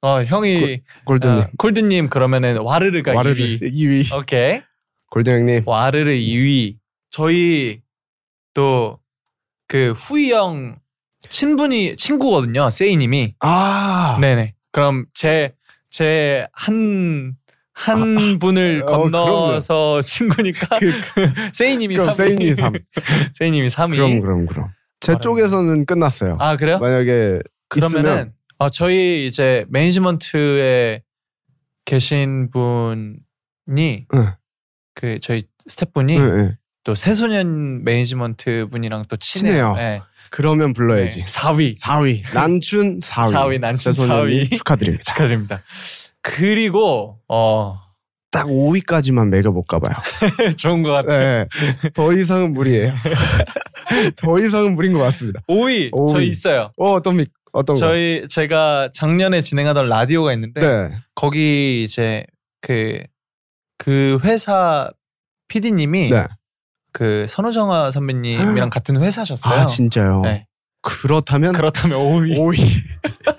S3: 어, 형이
S2: 그렇죠. 골든님.
S3: 어, 콜드님 그러면은 와르르가
S2: 와르르
S3: 2위. 어.
S2: 2위.
S3: 오케이.
S2: 골든 형님.
S3: 와르르 2위. 저희 또 그 후이 형 친분이 친구거든요. 세이님이.
S2: 아.
S3: 네네. 그럼 제 제 한 한 분을
S2: 어,
S3: 건너서 친구니까
S2: 그,
S3: 세이님이
S2: 그럼
S3: 3위.
S2: 세인이 3.
S3: 세이님이 3위.
S2: 그럼 그럼 그럼. 제
S3: 와르르.
S2: 쪽에서는 끝났어요.
S3: 아 그래요?
S2: 만약에 있으면
S3: 그러면은 어, 저희 이제 매니지먼트에 계신 분이
S2: 응.
S3: 그 저희 스태프분이
S2: 응, 응.
S3: 또 새소년 매니지먼트 분이랑 또 친해요.
S2: 친해요.
S3: 네.
S2: 그러면 불러야지.
S3: 네. 4위
S2: 4위 난춘 4위.
S3: 4위, 난춘
S2: 세소년이
S3: 4위.
S2: 축하드립니다.
S3: 축하드립니다. 그리고 어
S2: 딱 5위까지만 매겨 볼까 봐요.
S3: 좋은 것 같아요.
S2: 네. 더 이상은 무리예요. 더 이상은 무리인 것 같습니다.
S3: 5위,
S2: 오위.
S3: 저희 있어요.
S2: 어, 어떤 미, 어떤 거?
S3: 저희 제가 작년에 진행하던 라디오가 있는데
S2: 네.
S3: 거기 이제 그 그 회사 PD님이
S2: 네.
S3: 그 선우정아 선배님이랑 같은 회사셨어요.
S2: 아, 진짜요.
S3: 네.
S2: 그렇다면
S3: 그렇다면 5위
S2: 5위.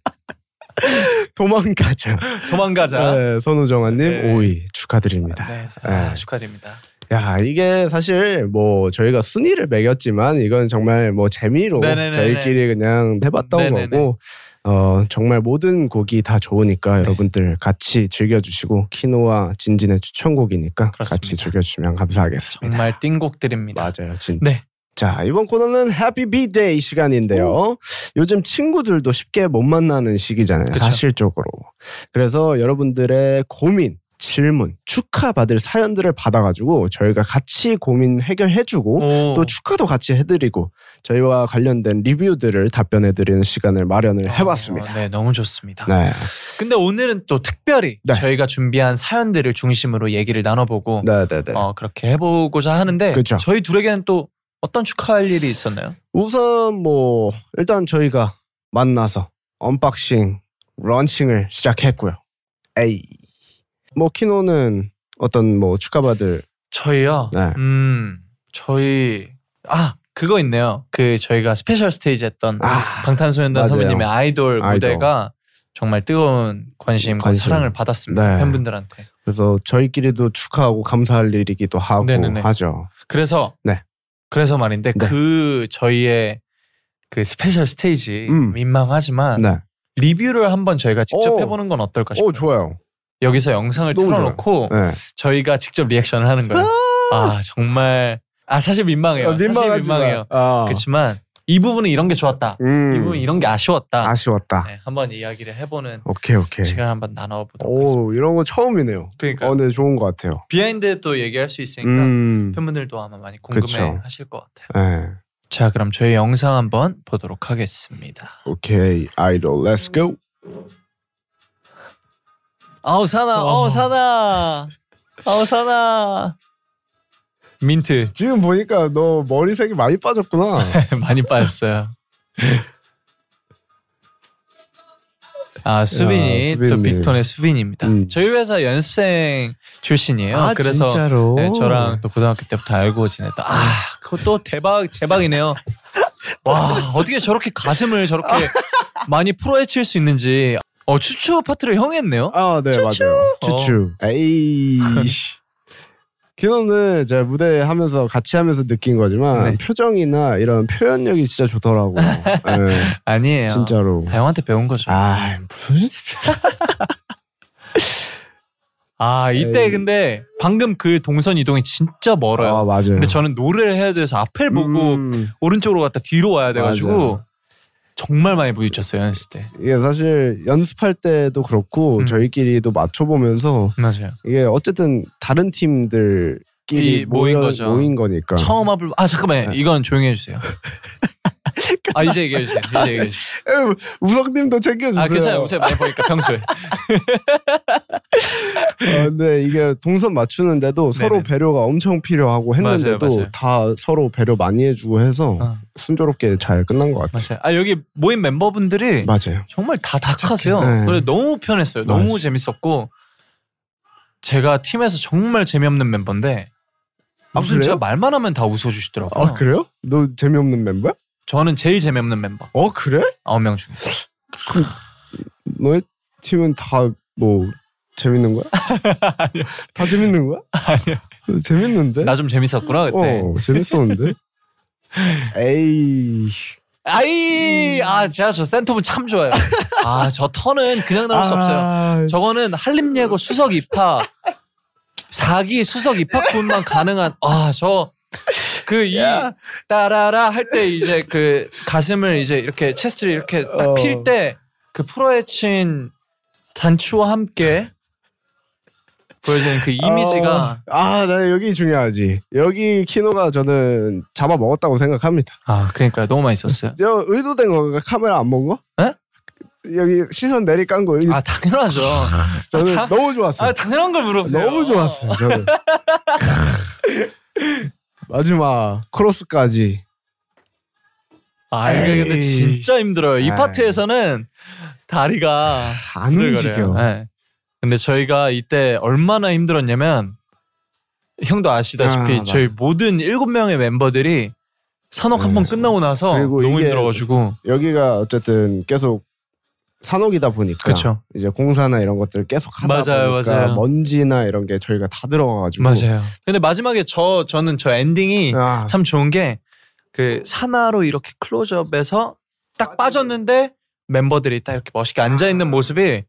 S2: 도망가자.
S3: 도망가자.
S2: 네, 선우정아님
S3: 네.
S2: 5위 축하드립니다.
S3: 네, 아,
S2: 네.
S3: 축하드립니다.
S2: 야 이게 사실 뭐 저희가 순위를 매겼지만 이건 정말 뭐 재미로
S3: 네네네네.
S2: 저희끼리 그냥 해봤던
S3: 네네네.
S2: 거고 어 정말 모든 곡이 다
S3: 네.
S2: 좋으니까 여러분들 같이 즐겨주시고 키노와 진진의 추천곡이니까 같이
S3: 그렇습니다.
S2: 즐겨주시면 감사하겠습니다.
S3: 정말 띵곡들입니다.
S2: 네. 맞아요, 진짜.
S3: 네.
S2: 자 이번 코너는 해피 비데이 시간인데요. 요즘 친구들도 쉽게 못 만나는 시기잖아요.
S3: 그쵸.
S2: 사실적으로. 그래서 여러분들의 고민, 질문, 축하받을 사연들을 받아가지고 저희가 같이 고민 해결해주고
S3: 오.
S2: 또 축하도 같이 해드리고 저희와 관련된 리뷰들을 답변해드리는 시간을 마련을 해봤습니다.
S3: 어, 네, 너무 좋습니다.
S2: 네,
S3: 근데 오늘은 또 특별히
S2: 네.
S3: 저희가 준비한 사연들을 중심으로 얘기를 나눠보고
S2: 네, 네, 네.
S3: 어, 그렇게 해보고자 하는데
S2: 그쵸.
S3: 저희 둘에게는 또 어떤 축하할 일이 있었나요?
S2: 우선 뭐 일단 저희가 만나서 언박싱, 런칭을 시작했고요. 에이, 뭐 키노는 어떤 뭐 축하받을
S3: 저희요.
S2: 네.
S3: 음, 저희 아 그거 있네요. 그 저희가 스페셜 스테이지 했던
S2: 아,
S3: 방탄소년단
S2: 맞아요.
S3: 선배님의 아이돌,
S2: 아이돌.
S3: 무대가 정말 뜨거운 관심과
S2: 관심.
S3: 사랑을 받았습니다
S2: 네.
S3: 팬분들한테.
S2: 그래서 저희끼리도 축하하고 감사할 일이기도 하고
S3: 네네네.
S2: 하죠.
S3: 그래서
S2: 네.
S3: 그래서 말인데
S2: 네.
S3: 그 저희의 그 스페셜 스테이지
S2: 음.
S3: 민망하지만
S2: 네.
S3: 리뷰를 한번 저희가 직접
S2: 오.
S3: 해보는 건 어떨까 싶어요.
S2: 오 좋아요.
S3: 여기서 영상을
S2: 너무
S3: 틀어놓고
S2: 네.
S3: 저희가 직접 리액션을 하는 거예요. 아 정말 아 사실 민망해요.
S2: 아,
S3: 사실
S2: 민망하지만.
S3: 민망해요.
S2: 아.
S3: 그렇지만 이 부분은 이런 게 좋았다.
S2: 음.
S3: 이 부분 이런 게 아쉬웠다.
S2: 아쉬웠다.
S3: 네, 한번 이야기를 해보는
S2: 오케이 오케이.
S3: 시간 을 한번 나눠보도록 하겠습니다.
S2: 오 이런 거 처음이네요.
S3: 그러니까
S2: 어, 네 좋은 것 같아요.
S3: 비하인드 또 얘기할 수 있으니까
S2: 음.
S3: 팬분들도 아마 많이 궁금해하실 것 같아요.
S2: 네.
S3: 자 그럼 저희 영상 한번 보도록 하겠습니다.
S2: 오케이 아이돌 렛츠 고.
S3: 아우 사나, 아우 사나, 아우 사나. 민트
S2: 지금 보니까 너 머리색이 많이 빠졌구나.
S3: 많이 빠졌어요. 아 수빈이
S2: 야,
S3: 또
S2: 수빈님.
S3: 빅톤의 수빈입니다.
S2: 음. 아,
S3: 저희 회사 연습생 출신이에요. 그래서
S2: 진짜로.
S3: 네, 저랑 또 고등학교 때부터 알고 지냈다. 아, 그것도 대박 대박이네요. 와, 어떻게 저렇게 가슴을 저렇게 많이 풀어헤칠 수 있는지. 어, 추추 파트를 형이 했네요.
S2: 아, 네 맞아요.
S3: 어.
S2: 추추. 에이. 키노는 제가 무대 하면서 같이 하면서 느낀 거지만
S3: 네.
S2: 표정이나 이런 표현력이 진짜 좋더라고요. 네.
S3: 아니에요.
S2: 진짜로.
S3: 다 형한테 배운 거죠. 아,
S2: 아 무슨
S3: 이때
S2: 에이.
S3: 아, 근데 방금 그 동선 이동이 진짜 멀어요.
S2: 아 맞아요.
S3: 근데 저는 노래를 해야 돼서 앞을 보고
S2: 음,
S3: 오른쪽으로 갔다 뒤로 와야 돼가지고
S2: 맞아요.
S3: 정말 많이 부딪혔어요 연습 때.
S2: 이게 사실 연습할 때도 그렇고
S3: 음.
S2: 저희끼리도 맞춰보면서
S3: 맞아요.
S2: 이게 어쨌든 다른 팀들끼리
S3: 이 모인
S2: 모여-
S3: 거죠.
S2: 모인 거니까.
S3: 처음 앞을 아 잠깐만 요
S2: 네.
S3: 이건 조용히 해주세요. 아 이제 얘기해 주세요. 이제 얘기해 주세요.
S2: 에휴, 우성님도 챙겨주세요.
S3: 아 괜찮아요. 요새 많이 보니까 평소에.
S2: 아, 근데 이게 동선 맞추는데도 서로
S3: 네네.
S2: 배려가 엄청 필요하고 했는데도
S3: 맞아요, 맞아요.
S2: 다 서로 배려 많이 해주고 해서
S3: 아.
S2: 순조롭게 잘 끝난 것 같아요.
S3: 맞아요. 아 여기 모임 멤버분들이
S2: 맞아요.
S3: 정말 다 착하세요.
S2: 네.
S3: 그래 너무 편했어요. 너무
S2: 맞아.
S3: 재밌었고 제가 팀에서 정말 재미없는 멤버인데 무슨
S2: 그래요?
S3: 제가 말만 하면 다 웃어주시더라고요.
S2: 아 그래요? 너 재미없는 멤버야?
S3: 저는 제일 재미없는 멤버
S2: 어 그래?
S3: 아홉 명 중에
S2: 너의 팀은 다 뭐 재밌는 거야? 다 재밌는 거야? 아니요. 재밌는데?
S3: 나 좀 재밌었구나 그때.
S2: 어 재밌었는데. 에이.
S3: 아이
S2: 음.
S3: 아 제가 저 센터분 참 좋아요. 아 저 턴은 그냥 나올 수 없어요.
S2: 아,
S3: 저거는 한림예고 수석 입학 4기 수석 입학분만 가능한 아 저 그 이 따라라 할 때 이제 그 가슴을 이제 이렇게 체스트를 이렇게
S2: 어.
S3: 딱 필 때 그 프로에친 단추와 함께 보여지는 그 이미지가
S2: 아, 나 여기 중요하지. 여기 키노가 저는 잡아 먹었다고 생각합니다.
S3: 아 그러니까 너무 맛있었어요.
S2: 저 의도된 건가? 카메라 안 본 거?
S3: 에?
S2: 여기 시선 내리 깐 거.
S3: 아 당연하죠.
S2: 저는
S3: 아, 다-
S2: 너무 좋았어요.
S3: 아 당연한 걸 물어보세요. 아.
S2: 너무 좋았어요. 저는. 마지막 크로스까지.
S3: 아 이게 근데
S2: 에이.
S3: 진짜 힘들어요. 이
S2: 에이.
S3: 파트에서는 다리가
S2: 안
S3: 힘들거려요.
S2: 움직여.
S3: 네. 근데 저희가 이때 얼마나 힘들었냐면 형도 아시다시피
S2: 아, 네,
S3: 저희 모든 일곱 명의 멤버들이 산옥 한 번 끝나고 나서
S2: 그리고
S3: 너무
S2: 이게-
S3: 힘들어가지고
S2: 여기가 어쨌든 계속 산옥이다 보니까
S3: 그쵸.
S2: 이제 공사나 이런 것들을 계속 하다
S3: 맞아요,
S2: 보니까
S3: 맞아요.
S2: 먼지나 이런 게 저희가 다 들어가가지고
S3: 맞아요. 근데 마지막에 저 저는 저 엔딩이
S2: 아,
S3: 참 좋은 게 그 산하로 이렇게 클로즈업해서 딱 빠졌는데 멤버들이 딱 이렇게 멋있게 앉아 있는 모습이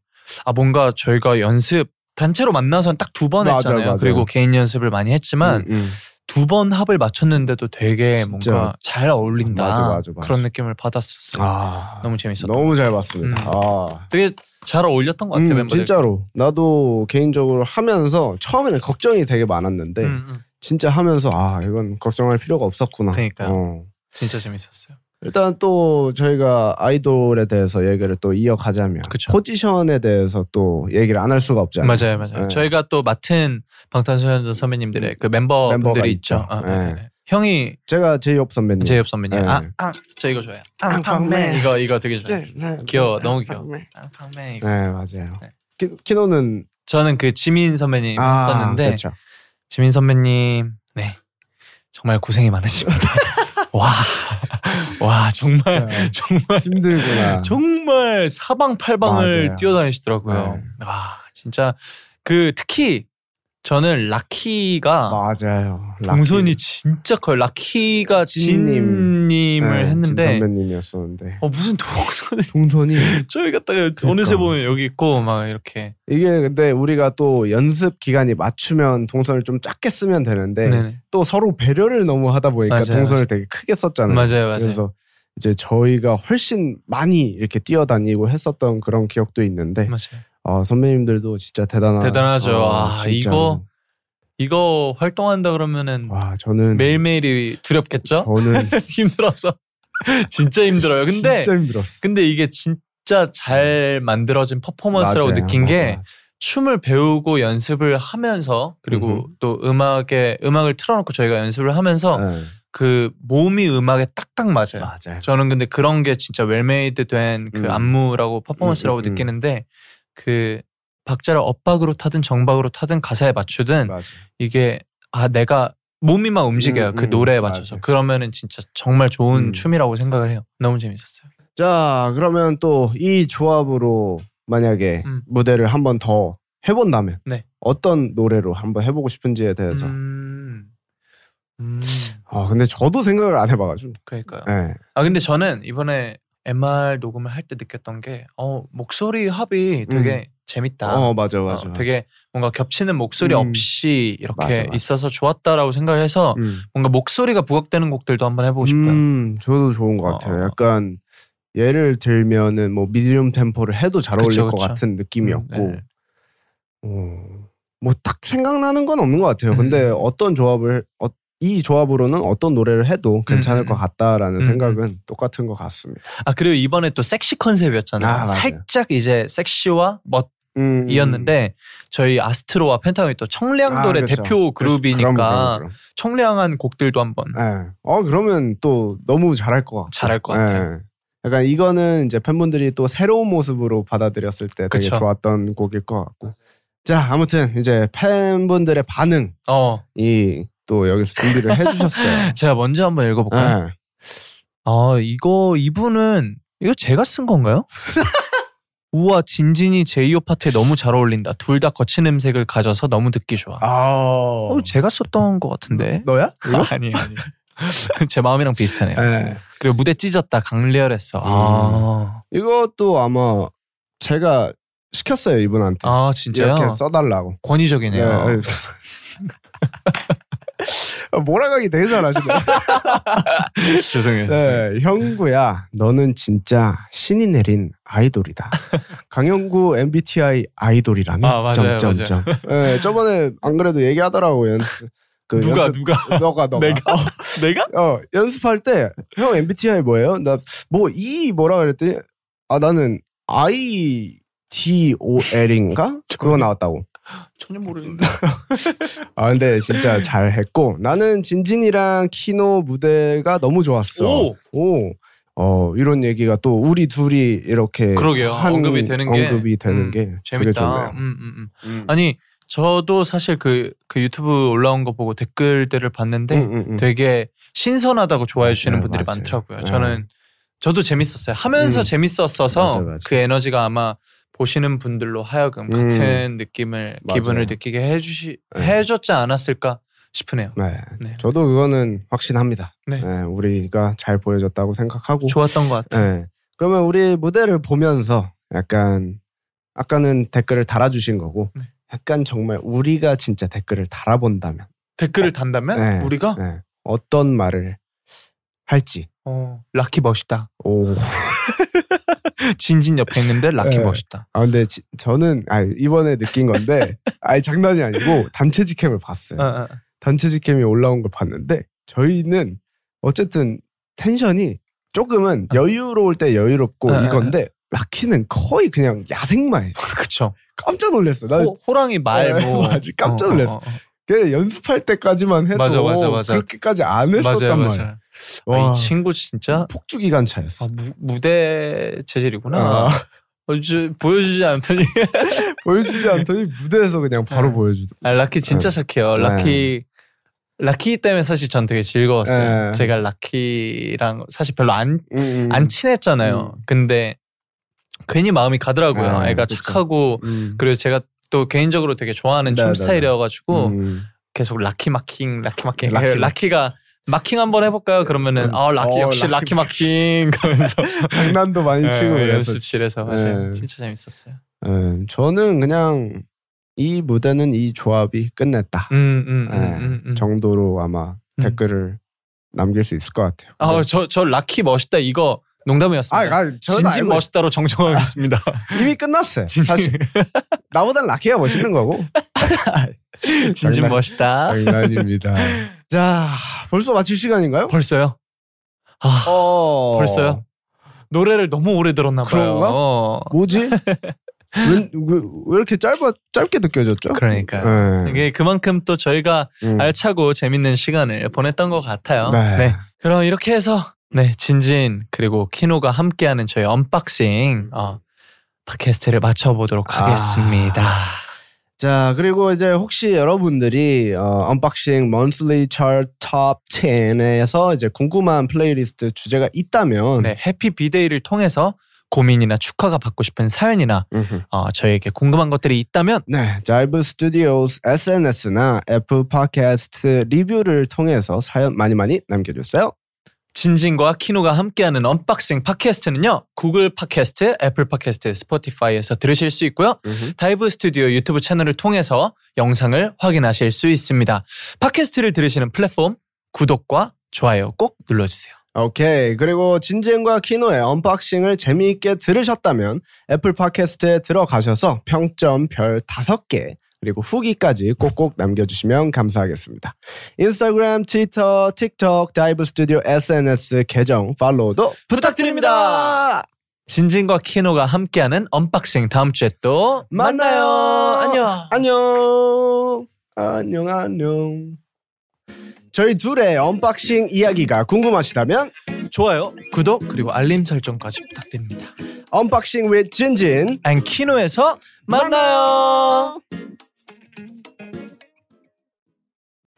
S3: 아 뭔가 저희가 연습 단체로 만나서는 딱 두 번
S2: 맞아요,
S3: 했잖아요.
S2: 맞아요.
S3: 그리고 개인 연습을 많이 했지만
S2: 음, 음.
S3: 두 번 합을 맞췄는데도 되게
S2: 진짜.
S3: 뭔가 잘 어울린다
S2: 맞아, 맞아, 맞아.
S3: 그런 느낌을 받았었어요.
S2: 아,
S3: 너무 재밌었던. 것
S2: 너무 잘 봤습니다.
S3: 음.
S2: 아.
S3: 같아요. 되게 잘 어울렸던 것 같아요
S2: 음,
S3: 멤버들.
S2: 진짜로 나도 개인적으로 하면서 처음에는 걱정이 되게 많았는데
S3: 음, 음.
S2: 진짜 하면서 아 이건 걱정할 필요가 없었구나.
S3: 그러니까요.
S2: 어.
S3: 진짜 재밌었어요.
S2: 일단 또 저희가 아이돌에 대해서 얘기를 또 이어가자면
S3: 그쵸.
S2: 포지션에 대해서 또 얘기를 안 할 수가 없잖아요.
S3: 맞아요, 맞아요.
S2: 네. 음.
S3: 저희가 또 맡은 방탄소년단 선배님들의 그 멤버분들이
S2: 멤버가
S3: 있죠.
S2: 있죠.
S3: 아,
S2: 네.
S3: 네, 네. 형이
S2: 제가 제이홉 선배님.
S3: 제이홉 선배님.
S2: 네.
S3: 아, 아, 저 이거 좋아요. 앙팡맨. 이거 이거 되게 좋아요. 네. 귀여워, 너무 귀여워. 앙팡맨. 이거.
S2: 네 맞아요.
S3: 네.
S2: 키, 키노는
S3: 저는 그 지민 선배님 했었는데
S2: 아, 그쵸.
S3: 지민 선배님, 네 정말 고생이 많으십니다. 와, 와 정말 정말
S2: 힘들구나.
S3: 정말 사방팔방을
S2: 맞아요. 네.
S3: 뛰어다니시더라고요. 와 진짜 그 특히 저는 라키가
S2: 맞아요.
S3: 동선이 진짜 커요. 라키가
S2: 진님. 네,
S3: 진님을 했는데
S2: 선배님이었었는데
S3: 어, 무슨 동선이
S2: 동선이
S3: 저희 갔다가
S2: 그러니까.
S3: 어느새 보면 여기 있고 막 이렇게
S2: 이게 근데 우리가 또 연습 기간이 맞추면 동선을 좀 작게 쓰면 되는데
S3: 네네.
S2: 또 서로 배려를 너무 하다 보니까
S3: 맞아요,
S2: 동선을 되게 크게 썼잖아요.
S3: 맞아요 맞아요.
S2: 그래서 이제 저희가 훨씬 많이 이렇게 뛰어다니고 했었던 그런 기억도 있는데
S3: 맞아요.
S2: 아, 선배님들도 진짜 대단하
S3: 음.
S2: 어,
S3: 대단하죠. 아,
S2: 진짜.
S3: 이거 이거 활동한다 그러면은
S2: 와 저는
S3: 매일매일이 두렵겠죠?
S2: 아, 저는
S3: 힘들어서 진짜 힘들어요. 근데
S2: 진짜 힘들었어.
S3: 근데 이게 진짜 잘 만들어진 퍼포먼스라고
S2: 맞아요,
S3: 느낀 게
S2: 맞아요.
S3: 춤을 배우고 연습을 하면서 그리고
S2: 음흠.
S3: 또 음악에 음악을 틀어놓고 저희가 연습을 하면서
S2: 네,
S3: 그 몸이 음악에 딱딱 맞아요.
S2: 맞아요.
S3: 네. 저는 근데 그런 게 진짜 웰메이드 된 그
S2: 음.
S3: 안무라고 퍼포먼스라고
S2: 음, 음, 음.
S3: 느끼는데 그 박자를 엇박으로 타든 정박으로 타든 가사에 맞추든
S2: 맞아요.
S3: 이게 아 내가 몸이만 움직여요
S2: 음,
S3: 그
S2: 음,
S3: 노래에 맞춰서
S2: 맞아요.
S3: 그러면은 진짜 정말 좋은
S2: 음.
S3: 춤이라고 생각을 해요 너무 재밌었어요
S2: 자 그러면 또 이 조합으로 만약에
S3: 음.
S2: 무대를 한 번 더 해본다면
S3: 네.
S2: 어떤 노래로 한번 해보고 싶은지에 대해서
S3: 음, 음,
S2: 아 근데 저도 생각을 안 해봐가지고
S3: 그러니까요
S2: 네.
S3: 아 근데 저는 이번에 MR 녹음을 할 때 느꼈던 게어 목소리 합이 되게 재밌다
S2: 어 맞아
S3: 어,
S2: 맞아
S3: 되게 뭔가 겹치는 목소리
S2: 음.
S3: 없이 이렇게
S2: 맞아, 맞아.
S3: 있어서 좋았다라고 생각을 해서
S2: 음.
S3: 뭔가 목소리가 부각되는 곡들도 한번 해보고 싶어요.
S2: 음, 저도 좋은 것 같아요.
S3: 어.
S2: 약간 예를 들면은 뭐 미디움 템포를 해도 잘 어울릴
S3: 그쵸,
S2: 것
S3: 그쵸.
S2: 같은 느낌이었고,
S3: 음, 네.
S2: 뭐 딱 생각나는 건 없는 것 같아요. 근데
S3: 음.
S2: 어떤 조합을 어, 이 조합으로는 어떤 노래를 해도 괜찮을
S3: 음.
S2: 것 같다라는
S3: 음.
S2: 생각은 똑같은 것 같습니다.
S3: 아 그리고 이번에 또 섹시 컨셉이었잖아요.
S2: 아, 맞아요.
S3: 살짝 이제 섹시와 멋
S2: 음,
S3: 이었는데 저희 아스트로와 펜타곤이 또 청량돌의
S2: 아, 그렇죠.
S3: 대표 그룹이니까
S2: 그럼, 그럼,
S3: 청량한 곡들도 한번
S2: 그럼. 예. 어 그러면 또 너무 잘할 것 같아.
S3: 잘할 것 같아요.
S2: 예. 약간 이거는 이제 팬분들이 또 새로운 모습으로 받아들였을 때 되게
S3: 그쵸.
S2: 좋았던 곡일 것 같고. 자 아무튼 이제 팬분들의 반응이
S3: 어,
S2: 또 여기서 준비를 해주셨어요.
S3: 제가 먼저 한번 읽어볼까요?
S2: 예.
S3: 아 이거 이분은 이거 제가 쓴 건가요? 우와 진진이 제이오 파트에 너무 잘 어울린다. 둘 다 거친 음색을 가져서 너무 듣기 좋아.
S2: 아.
S3: 어, 제가 썼던 것 같은데.
S2: 너야?
S3: 아니 아니. 제 마음이랑 비슷하네요.
S2: 예.
S3: 그리고 무대 찢었다 강렬했어.
S2: 음.
S3: 아,
S2: 이것도 아마 제가 시켰어요 이분한테.
S3: 아 진짜요?
S2: 이렇게 써달라고.
S3: 권위적이네요.
S2: 네.
S3: 어.
S2: 아, 몰아가기 되게 잘하시네.
S3: 죄송해요.
S2: 네, 형구야, 너는 진짜 신이 내린 아이돌이다. 강형구 MBTI 아이돌이라며.
S3: 아, 맞아요,
S2: 점점점. 네, 저번에 안 그래도 얘기하더라고요. 연습- 그
S3: 누가
S2: 연습-
S3: 누가
S2: 너가 너가.
S3: 내가 내가?
S2: 어 연습할 때 형 MBTI 뭐예요? 나 뭐 E 뭐라 그랬더니 아 나는 I T O L인가 그거 나왔다고.
S3: 전혀 모르는데.
S2: 아 근데 진짜 잘했고 나는 진진이랑 키노 무대가 너무 좋았어.
S3: 오!
S2: 오. 어 이런 얘기가 또 우리 둘이 이렇게
S3: 그러게요.
S2: 한
S3: 언급이 되는 게
S2: 언급이 되는
S3: 음,
S2: 게 되게
S3: 재밌다.
S2: 좋네요.
S3: 음, 음, 음. 아니 저도 사실 그, 그 유튜브 올라온 거 보고 댓글들을 봤는데
S2: 음, 음, 음.
S3: 되게 신선하다고 좋아해 주시는
S2: 맞아요,
S3: 분들이
S2: 맞아요.
S3: 많더라고요.
S2: 네.
S3: 저는 저도 재밌었어요. 하면서
S2: 음.
S3: 재밌었어서
S2: 맞아요, 맞아요.
S3: 그 에너지가 아마 보시는 분들로 하여금
S2: 음.
S3: 같은 느낌을
S2: 맞아요.
S3: 기분을 느끼게 해주시
S2: 네.
S3: 해줬지 않았을까 싶으네요.
S2: 네.
S3: 네.
S2: 저도 그거는 확신합니다.
S3: 네.
S2: 네, 우리가 잘 보여줬다고 생각하고
S3: 좋았던 것 같아요.
S2: 네. 그러면 우리 무대를 보면서 약간 아까는 댓글을 달아주신 거고
S3: 네.
S2: 약간 정말 우리가 진짜 댓글을 달아본다면
S3: 댓글을 단다면
S2: 네.
S3: 우리가
S2: 네. 어떤 말을 할지
S3: 어, 락키 멋있다.
S2: 오.
S3: 진진 옆에 있는데 락키
S2: 네.
S3: 멋있다.
S2: 아 근데 지- 저는 아 이번에 느낀 건데 아니 장난이 아니고 단체 직캠을 봤어요.
S3: 어, 어.
S2: 단체 직캠이 올라온 걸 봤는데 저희는 어쨌든 텐션이
S3: 어.
S2: 조금은 여유로울 때 여유롭고
S3: 아, 아, 아.
S2: 이건데 라키는 거의 그냥 야생마예요.
S3: 그쵸.
S2: 깜짝 놀랐어. 나
S3: 호, 호랑이 말
S2: 네,
S3: 뭐.
S2: 맞아. 깜짝 놀랐어.
S3: 어, 어, 어.
S2: 그 연습할 때까지만 해도
S3: 맞아, 맞아, 맞아.
S2: 그렇게까지 안 했었단
S3: 맞아요,
S2: 말이야.
S3: 맞아요. 아, 이 친구 진짜
S2: 폭주 기간차였어.
S3: 아, 무, 무대
S2: 아.
S3: 재질이구나. 어, 저- 보여주지 않더니
S2: 보여주지 않더니 무대에서 그냥 바로 보여주더.
S3: 아, 라키 진짜 착해요.
S2: 네.
S3: 라키 라키 때문에 사실 전 되게 즐거웠어요.
S2: 네.
S3: 제가 라키랑 사실 별로 안 안
S2: 음,
S3: 친했잖아요. 근데 괜히 마음이 가더라고요.
S2: 네,
S3: 애가
S2: 그쵸.
S3: 착하고
S2: 음.
S3: 그리고 제가 또 개인적으로 되게 좋아하는
S2: 네, 네,
S3: 춤
S2: 네.
S3: 스타일이어가지고
S2: 음.
S3: 계속 라키 마킹, 라키 마킹.
S2: 라키 마킹.
S3: 라키 가 마킹 한번 해볼까요? 그러면은
S2: 음.
S3: 아 라키
S2: 어,
S3: 역시
S2: 라키
S3: 라키, 마킹 그러면서
S2: 장난도 많이 치고
S3: 예,
S2: 그래서
S3: 연습실에서 맞아요.
S2: 예.
S3: 진짜 재밌었어요.
S2: 예, 저는 그냥 이 무대는 이 조합이 끝냈다
S3: 음, 음,
S2: 예,
S3: 음, 음.
S2: 정도로 아마
S3: 음.
S2: 댓글을 남길 수 있을 것 같아요. 네.
S3: 아, 저, 저 라키 멋있다 이거
S2: 아,
S3: 농담이었습니다.
S2: 아, 저는
S3: 진진
S2: 알고
S3: 멋있다로 정정하겠습니다.
S2: 있- 이미 끝났어요. 사실 나보단 라키가 멋있는 거고
S3: 진진
S2: 장난-
S3: 멋있다.
S2: 장난입니다. 자, 벌써 마칠 시간인가요?
S3: 벌써요? 아,
S2: 어...
S3: 벌써요? 노래를 너무 오래 들었나 봐요.
S2: 그런가?
S3: 어.
S2: 뭐지? 왜, 왜, 왜 이렇게 짧아 짧게 느껴졌죠?
S3: 그러니까요.
S2: 예.
S3: 이게 그만큼 또 저희가
S2: 음.
S3: 알차고 재밌는 시간을 보냈던 것 같아요.
S2: 네.
S3: 그럼 이렇게 해서 네 진진 그리고 키노가 함께하는 저희 언박싱 어, 팟캐스트를 마쳐보도록
S2: 아.
S3: 하겠습니다.
S2: 자 그리고 이제 혹시 여러분들이 어, 언박싱 먼슬리 차트 톱 10에서 이제 궁금한 플레이리스트 주제가 있다면
S3: 네, 해피 비데이를 통해서 고민이나 축하가 받고 싶은 사연이나
S2: 음흠.
S3: 어, 저에게 궁금한 것들이 있다면
S2: 네, 자이브 스튜디오스 SNS나 애플 팟캐스트 리뷰를 통해서 사연 많이 많이 남겨주세요.
S3: 진진과 키노가 함께하는 언박싱 팟캐스트는요 구글 팟캐스트, 애플 팟캐스트, 스포티파이에서 들으실 수 있고요 다이브 스튜디오 유튜브 채널을 통해서 영상을 확인하실 수 있습니다 팟캐스트를 들으시는 플랫폼 구독과 좋아요 꼭 눌러주세요
S2: 오케이. 그리고 진진과 키노의 언박싱을 재미있게 들으셨다면 애플 팟캐스트에 들어가셔서 평점 별 5개 그리고 후기까지 꼭꼭 남겨주시면 감사하겠습니다. 인스타그램, 트위터, 틱톡, 다이브 스튜디오 SNS 계정 팔로우도 부탁드립니다.
S3: 진진과 키노가 함께하는 언박싱 다음 주에 또 만나요. 아, 안녕.
S2: 안녕. 안녕, 안녕. 저희 둘의 언박싱 이야기가 궁금하시다면
S3: 좋아요, 구독 그리고 알림 설정까지 부탁드립니다.
S2: 언박싱 with 진진.
S3: 안 키노에서 만나요.